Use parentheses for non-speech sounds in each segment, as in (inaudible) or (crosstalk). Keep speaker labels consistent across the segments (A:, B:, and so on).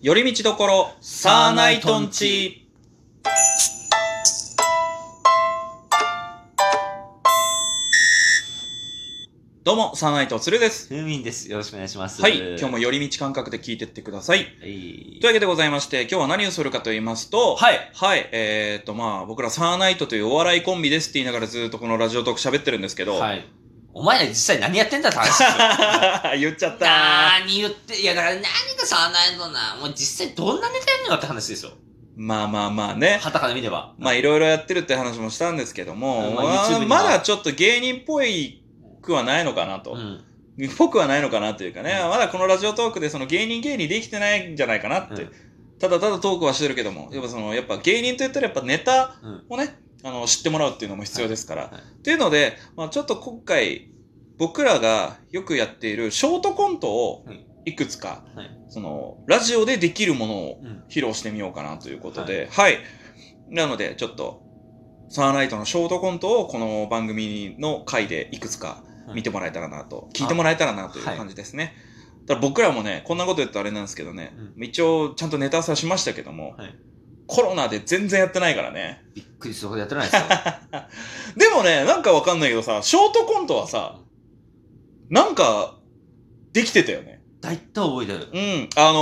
A: 寄り道どころ、サーナイトンチ。どうも、サーナイトつるです。
B: ふうみんです。よろしくお願いします。
A: はい、今日も寄り道感覚で聞いてってください。
B: はい。
A: というわけでございまして、今日は何をするかと言いますと、
B: はい。
A: はい、えー、っと、まあ、僕らサーナイトというお笑いコンビですって言いながらずっとこのラジオトーク喋ってるんですけど、
B: はい。お前ら実際何やってんだって話です
A: (laughs)
B: よ
A: 言っちゃった
B: 何言って、いやだから何かさないのな。もう実際どんなネタやるのかって話ですよ。
A: まあまあまあね。
B: はたから見れば。
A: まあいろいろやってるって話もしたんですけども、
B: うん
A: ま
B: まあ YouTube にも
A: まだちょっと芸人っぽいくはないのかなと。
B: うん。
A: ぽくはないのかなというかね、
B: うん
A: まだこのラジオトークでその芸人芸人できてないんじゃないかなって。
B: うん
A: ただただトークはしてるけども、やっぱその、やっぱ芸人といったらやっぱネタ
B: うん。
A: をね、あの、知ってもらうっていうのも必要ですから。
B: はいはい
A: っていうので、まあちょっと今回、僕らがよくやっているショートコントを
B: はい
A: いくつか、
B: はい
A: その、ラジオでできるものを
B: うん。
A: 披露してみようかなということで、はい。なので、ちょっと、サーナイトのショートコントをこの番組の回でいくつか見てもらえたらなと、聞いてもらえたらなという感じですね。ただ僕らもね、こんなこと言ったらあれなんですけどね、一応ちゃんとネタ合わせはしましたけども、
B: はい
A: コロナで全然やってないからね。
B: びっくりするほどやってないですよ。
A: (laughs) でもね、なんかわかんないけどさ、ショートコントはさ、なんか、できてたよね。
B: 大体覚えてる。
A: うん。あの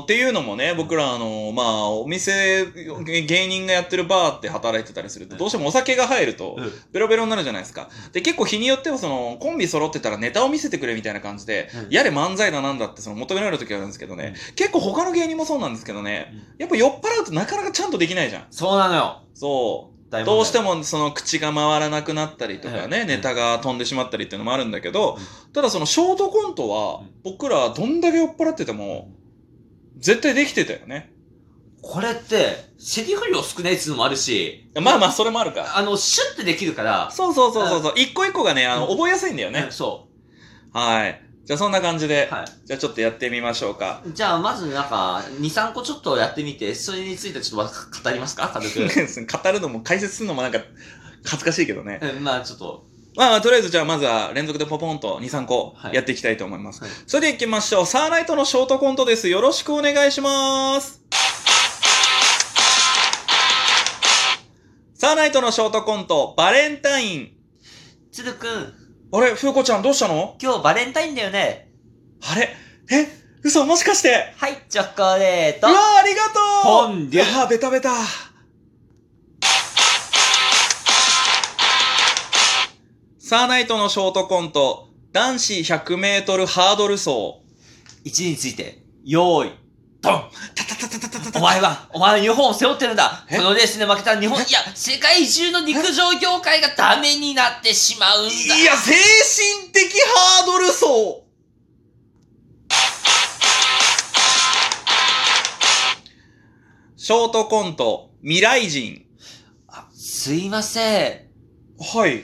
A: ー、っていうのもね、僕ら、あのーまあ、お店、げ芸人がやってるバーって働いてたりすると、
B: うん
A: どうしてもお酒が入ると、
B: うん。
A: ベロベロになるじゃないですか。で、結構日によっては、その、コンビ揃ってたらネタを見せてくれみたいな感じで、
B: うん
A: やれ漫才だなんだって、その、求められる時があるんですけどね、結構他の芸人もそうなんですけどね、
B: うん
A: やっぱ酔っ払うとなかなかちゃんとできないじゃん。
B: そうなのよ。
A: そう。
B: 大問題
A: どうしてもその口が回らなくなったりとか
B: え
A: ね、
B: え
A: ネタが飛んでしまったりっていうのもあるんだけど
B: う、
A: ただそのショートコントは
B: うん
A: 僕らどんだけ酔っ払ってても絶対できてたよね。
B: これって、セリフ量少ないっつうのもあるし、
A: まあまあそれもあるか。
B: あの、シュッてできるから、
A: そうそうそうそうそう。一個一個がね、あの、
B: うん
A: 覚えやすいんだよね
B: うん。そ
A: はい。じゃあそんな感じ
B: う。
A: で、
B: はい。
A: じゃあちょっとやってみましょうか。
B: じゃあ、まずなんか、2、3個ちょっとやってみて、それについてちょっとわ語りますか
A: (laughs)
B: 軽く。
A: 語るのも解説するのもなんか恥ずかしいけどね。
B: うんまあ、ちょっと。
A: まあまあとりあえずじゃあまずは連続でポポンと2、3個
B: はい
A: やっていきたいと思います。
B: はい
A: それでは行きましょう。サーライトのショートコントです。よろしくお願いします。サーライトのショートコント、バレンタイン。
B: つるくん、
A: あれ、ふうこちゃんどうしたの
B: 今日バレンタインだよね。
A: あれえ嘘もしかして
B: はい、チョコレー
A: う
B: ト
A: わ。ありがとう
B: ポンデュ
A: あーベタベタ。サーナイトのショートコント、男子100メートルハードル走。
B: 1について、用意。ドン
A: たたたたたたた
B: お前は、お前の日本を背負ってるんだ
A: え
B: このレースで負けた日本、いや、世界中の陸上業界がダメになってしまうんだ
A: いや、精神的ハードル走ショートコント、未来人。
B: あすいません。
A: はい。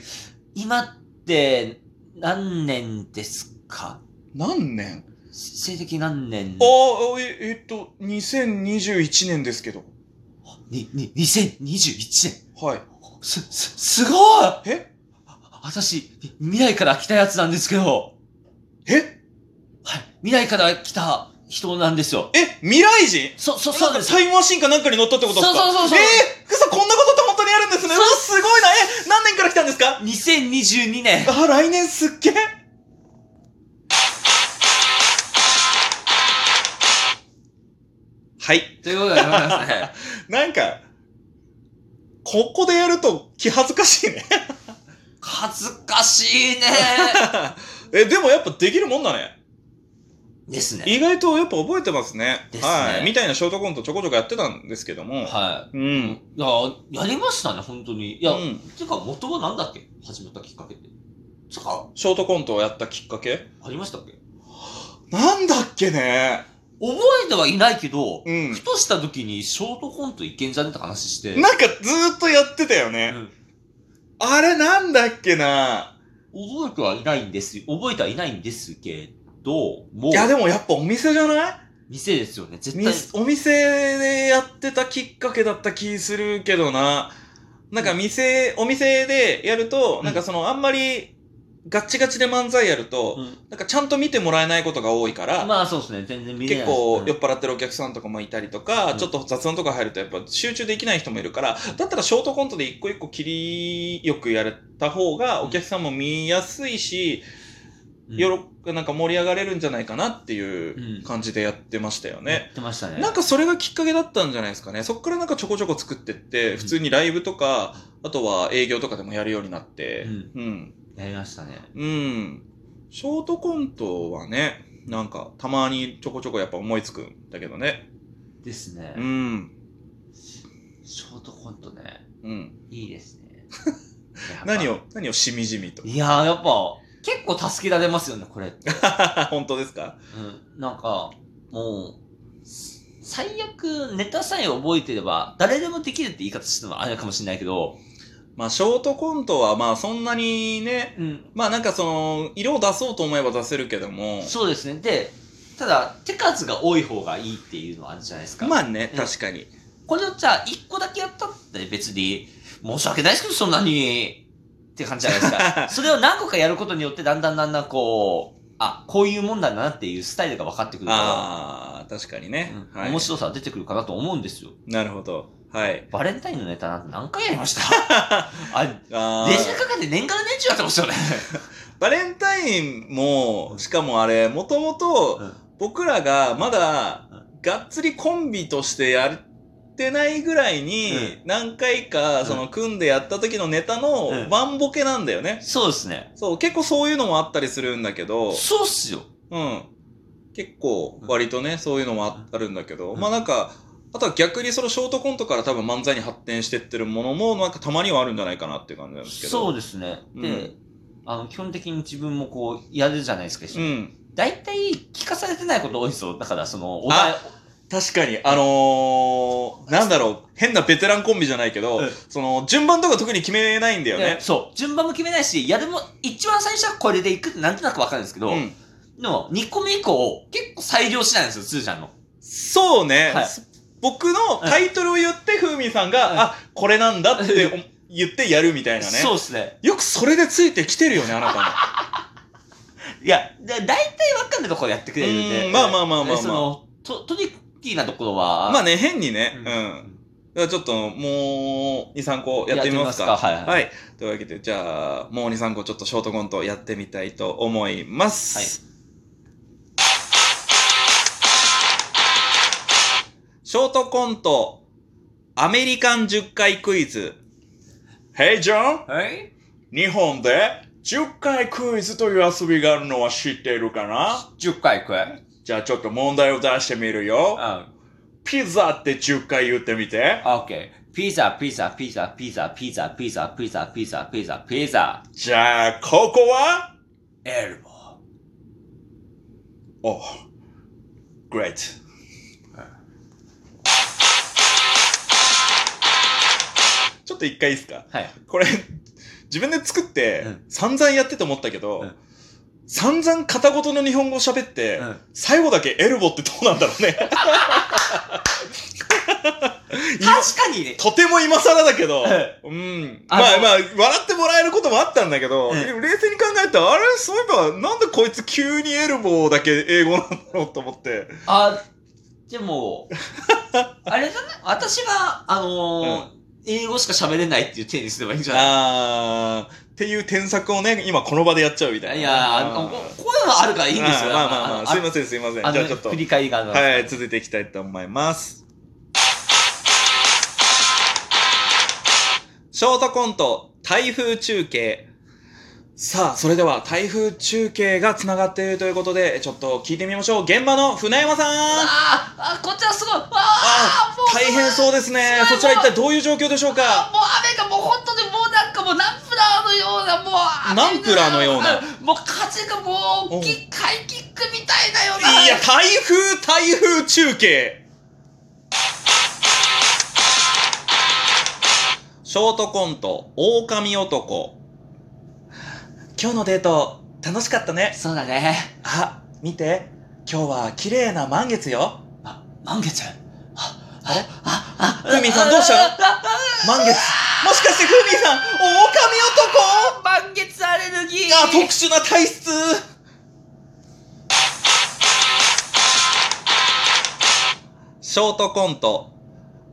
B: 今って、何年ですか
A: 何年
B: 性的何年
A: ああ、え、えっと、2021年ですけど。
B: に、に、2021年。
A: はい。
B: す、す、すごい
A: え
B: 私、未来から来たやつなんですけど、
A: え
B: はい、未来から来た人なんですよ。
A: え未来人
B: そ、そ、
A: な
B: そ
A: ん
B: う
A: か
B: です。
A: タイムマシンかなんかに乗ったってことですか
B: そうそうそうそう
A: えー、嘘こんなことって本当にあるんですね。うわ、すごいな。え、何年から来たんですか
B: 2022年。
A: あ、来年すっげえ。はい。
B: (laughs) ということでございますね。
A: なんか、ここでやると気恥ずかしいね。
B: (laughs)
A: (laughs)
B: 恥ずかしいね。
A: え、でもやっぱできるもんだね。
B: ですね。
A: (laughs) 意外とやっぱ覚えてますね。
B: ですね
A: はい。みたいなショートコントちょこちょこやってたんですけども。
B: は
A: う
B: い。
A: ん。
B: いや、やりましたね、本当に。いや、
A: うん。
B: てか元は何だっけ始めたきっかけって。つうか、
A: ショートコントをやったきっかけ
B: ありましたっけ
A: なんだっけね。
B: 覚えてはいないけど、
A: うん
B: ふ。とした時にショートコントいけんじゃねって話して。
A: なんかずーっとやってたよね。
B: うん
A: あれなんだっけな。
B: 覚えてはいないんです、覚えてはいないんですけど、も
A: い
B: う、
A: やでもやっぱお店じゃない
B: 店ですよね、絶
A: み
B: 対。
A: お店でやってたきっかけだった気するけどな。なんか店、お店でやると、
B: うん
A: なんかそのあんまりガッチガチで漫才やると、
B: うん
A: なんかちゃんと見てもらえないことが多いから、
B: まあそうですね、全然見れな
A: 結
B: い。
A: 構
B: うん
A: 酔っ払ってるお客さんとかもいたりとか、
B: うん
A: ちょっと雑音とか入るとやっぱ集中できない人もいるから、だったらショートコントで一個一個切りよくやれた方がお客さんも見やすいし、
B: うん
A: よろ、なんか盛り上がれるんじゃないかなってい
B: うん
A: う感じでやってましたよ
B: や
A: ね。
B: ってましたね。
A: なんかそれがきっかけだったんじゃないですかね。そっからなんかちょこちょこ作ってって、普通にライブとか、あとは営業とかでもやるようになって
B: う、ん、
A: うん、
B: やりましたね。
A: うん。ショートコントはね、なんか、たまにちょこちょこやっぱ思いつくんだけどね。
B: ですね
A: う。ん。
B: ショートコントね、
A: うん。
B: いいですね。やっぱ
A: (laughs) 何を、何をしみじみと。
B: いやー、やっぱ、結構助けられますよね、これ。
A: (laughs) 本当ですか
B: うん、なんか、もう、す最悪、ネタさえ覚えてれば、誰でもできるって言い方してるのはあれかもしれないけど、
A: まあ、ショートコントはまあ、そんなにね、
B: うん、
A: まあなんかその、色を出そうと思えば出せるけども、
B: そうですね。で、ただ、手数が多い方がいいっていうのはあるじゃないですか。
A: まあね
B: う、ん
A: 確かに。
B: これをじゃあ、一個だけやったって別に、申し訳ないですけど、そんなに、って感じじゃないです
A: (laughs)
B: か。それを何個かやることによって、だんだんだんだんこう、あ、こういうもんなんだなっていうスタイルが分かってくるか
A: ああ、確かに
B: ら、
A: ね。
B: うん
A: はい
B: 面。白さは出てくるかなと思うんですよ。
A: なるほど。はい。
B: バレンタインのネタなんて何回やり
A: (laughs)
B: ましたあれ、
A: あ
B: 電車
A: ー
B: かかって年から年中やってます
A: (laughs)
B: よね。
A: バレンタインも、しかもあれ、もともと、僕らがまだがっつりコンビとしてやってないぐらいに何回
B: う
A: か
B: ん
A: その組んでやった時のネタ
B: うん
A: のワンボケなんだよね。
B: そうですね。
A: そう、結構そういうのもあったりするんだけど、
B: そうっすよ。
A: うん。結構割とね、そういうのもああるんだけど、
B: うん
A: まあなんか、あとは逆にそのショートコントから多分漫才に発展してってるものもなんかたまにはあるんじゃないかなっていう感じなんですけど。
B: そう
A: う
B: ですね。
A: うん
B: で、あの、基本的に自分もこう、やるじゃないですか。
A: うん。
B: 大体、聞かされてないこと多いですよ。だから、その、お題、
A: 確かに、あのー、なんだろう、変なベテランコンビじゃないけど、
B: うん
A: その、順番とか特に決めないんだよね
B: で。そう、順番も決めないし、やるも、一番最初はこれでいくってなんとなくわかるんですけど、
A: うん。
B: でも、2個目以降、結構裁量しないんですよ、つーちゃんの。
A: そうね、
B: はい
A: 僕のタイトルを言って、ふうみさんが、
B: はい
A: あ、これなんだってお言ってやるみたいなね。
B: そうですね。
A: よくそれでついてきてるよね、あなたも。
B: いや、だ大体わかるところやってくれるん
A: う
B: で。
A: んまあまあまあまあまあ
B: その、と、トリッキーなところは、
A: まあ
B: ね、
A: ね、変にね。うん。じゃあちょっと、もう、2、3個やってみます
B: や
A: か。
B: ってみますかはいはい
A: はい。というわけで、じゃあ、もう2、3個ちょっとショートコントやってみたいと思います。ショートコント、アメリカン10回クイズ。Hey, John!
B: はい
A: 日本で10回クイズという遊びがあるのは知っているかな
B: ?10 回くらい。
A: じゃあちょっと問題を出してみるよ。
B: あ、
A: ピザって10回言ってみ
B: (laughs)
A: て。
B: オッケー。ピザ、ピザ、ピザ、ピザ、ピザ、ピザ、ピザ、ピザ、ピザ、ピザ、
A: じゃあ、ここは
B: エルボ
A: ?Oh, great. ちょっと一回いいですか
B: ー。 (laughs) はい。
A: これ、自分で作って
B: うん、
A: 散々やってて思ったけど、
B: うん
A: 散々片言の日本語喋って、
B: うん
A: 最後だけエルボってどうなんだろうね。
B: 確かにね。
A: とても今更だけど、
B: う
A: うん。ま
B: あ
A: あ
B: の
A: まあ、笑ってもらえることもあったんだけど、
B: うん
A: でも冷静に考えたら、あれそういえば、なんでこいつ急にエルボーだけ英語なんだろうと思って。
B: あ、
A: (laughs)
B: でも、あれじゃない私は、あのー英語しか喋れないっていう手にすればいいんじゃな
A: あー、っていう添削をね、今この場でやっちゃうみたいな。
B: いいやあの、ここういうのあるからいいんですよ。
A: まあまあまあまあ、すいま
B: ん。
A: せんすいません。じゃ
B: あ
A: あ
B: の、
A: ちょっと
B: 振。り返りがあるの
A: はい、続いていきたいと思います。ショートコント、台風中継。さあ、それでは台風中継がつながっているということで、ちょっと聞いてみましょう。現場の船山さんあ
C: あーあ、こっちはすごい。ああ、もう
A: 大変そうですね。
C: すご
A: そ
C: い
A: ちら一体どういう状況でしょうか
C: もう雨がもう本当にもうなんかもうナンプラーのようなもう雨が
A: ナンプラーのような
C: もう風がもう大きいハイキックみたいなようない
A: や、台風、台風中継ショートコント、狼男。今日のデート、楽しかったね。
B: そうだね。
A: あ、見て。今日は綺麗な満月よ。
B: あ、満月。
A: あれ
B: あ、あ、
A: ふみさんどうしたの
B: あああ
A: 満月。もしかして、フーミーさん、狼男
C: 満月アレルギー
A: あ、特殊な体質ショートコント。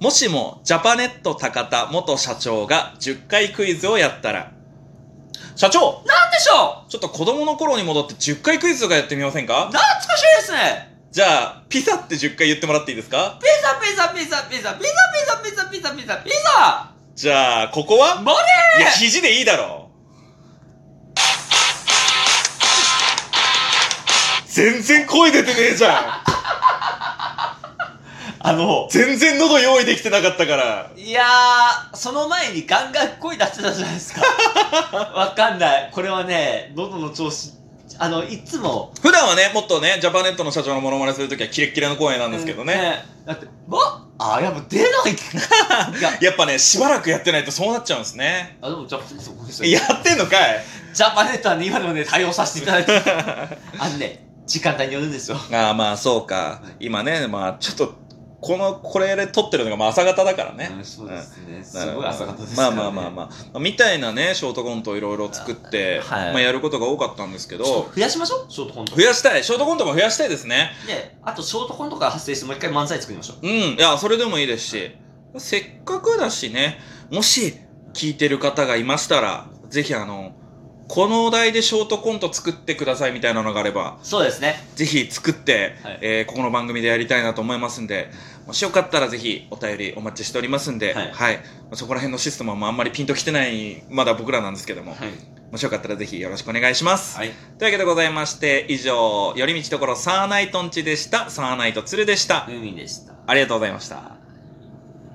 A: もしも、ジャパネット高田元社長が10回クイズをやったら。社長
C: なんでしょ
A: ちょっと子供の頃に戻って10回クイズとかやってみません
C: う
A: か
C: 懐かしいですね
A: じゃあ、ピザって10回言ってもらっていいですか
C: ピザピザピザピザピザピザピザピザピザピザ
A: じゃあ、ここは
C: モ
A: い
C: ネ
A: や、
C: ー
A: 肘でいいだろ全然声出てねえじゃん
B: あの、
A: 全然喉用意できてなかったから。
B: いやー、その前にガンガン声出してたじゃないで
A: (laughs)
B: すか。わかんない。これはね、喉の調子、あの、いつも、
A: 普段はね、もっとね、ジャパネットの社長のモノマネするときはキレッキレの声なんですけどね。
B: だって、わあ、やっぱ出ない
A: (laughs)
B: いや、
A: やっぱね、しばらくやってないとそうなっちゃうんですね。
B: あ、でもジャパネット、ごめんなさい。
A: やってんのか
B: (laughs)
A: い
B: ジャパネットはね、今でもね、対応させていただ
A: (laughs)
B: いて、あのね、時間帯によるんですよ。
A: ああ、まあそうか。今ね、まあちょっと、この、これで撮ってるのがまあ朝方だからね。
B: うんそうですね。す
A: なるほ
B: ごい
A: ど
B: 朝方ですか
A: ま
B: ら
A: あ
B: ね。
A: まあまあまあみたいなねショートコントをいろいろ作って
B: あはい
A: まあ、やることが多かったんですけ
B: ちょっ
A: ど
B: と増やしましょう、ショートコント。
A: 増やしたいショートコントも増やしたいですね
B: で、あとショートコントから発生してもう一回漫才作りましょう。
A: うんいやそれでもいいですしせっかくだしねもし聞いてる方がいましたらぜひあのこのお題でショートコント作ってくださいみたいなのがあれば
B: そうですね。
A: ぜひ作って、
B: はい
A: えーここの番組でやりたいなと思いますんでもしよかったらぜひお便りお待ちしておりますんで、は
B: はいい
A: まあそこら辺のシステムはもうあんまりピンときてないまだ僕らなんですけども、
B: はい。
A: もしよかったらぜひよろしくお願いします。
B: はい。
A: というわけでございまして、以上、寄り道ところサーナイトンチでした。サーナイトツルでした。
B: 海でした。
A: ありがとうございました。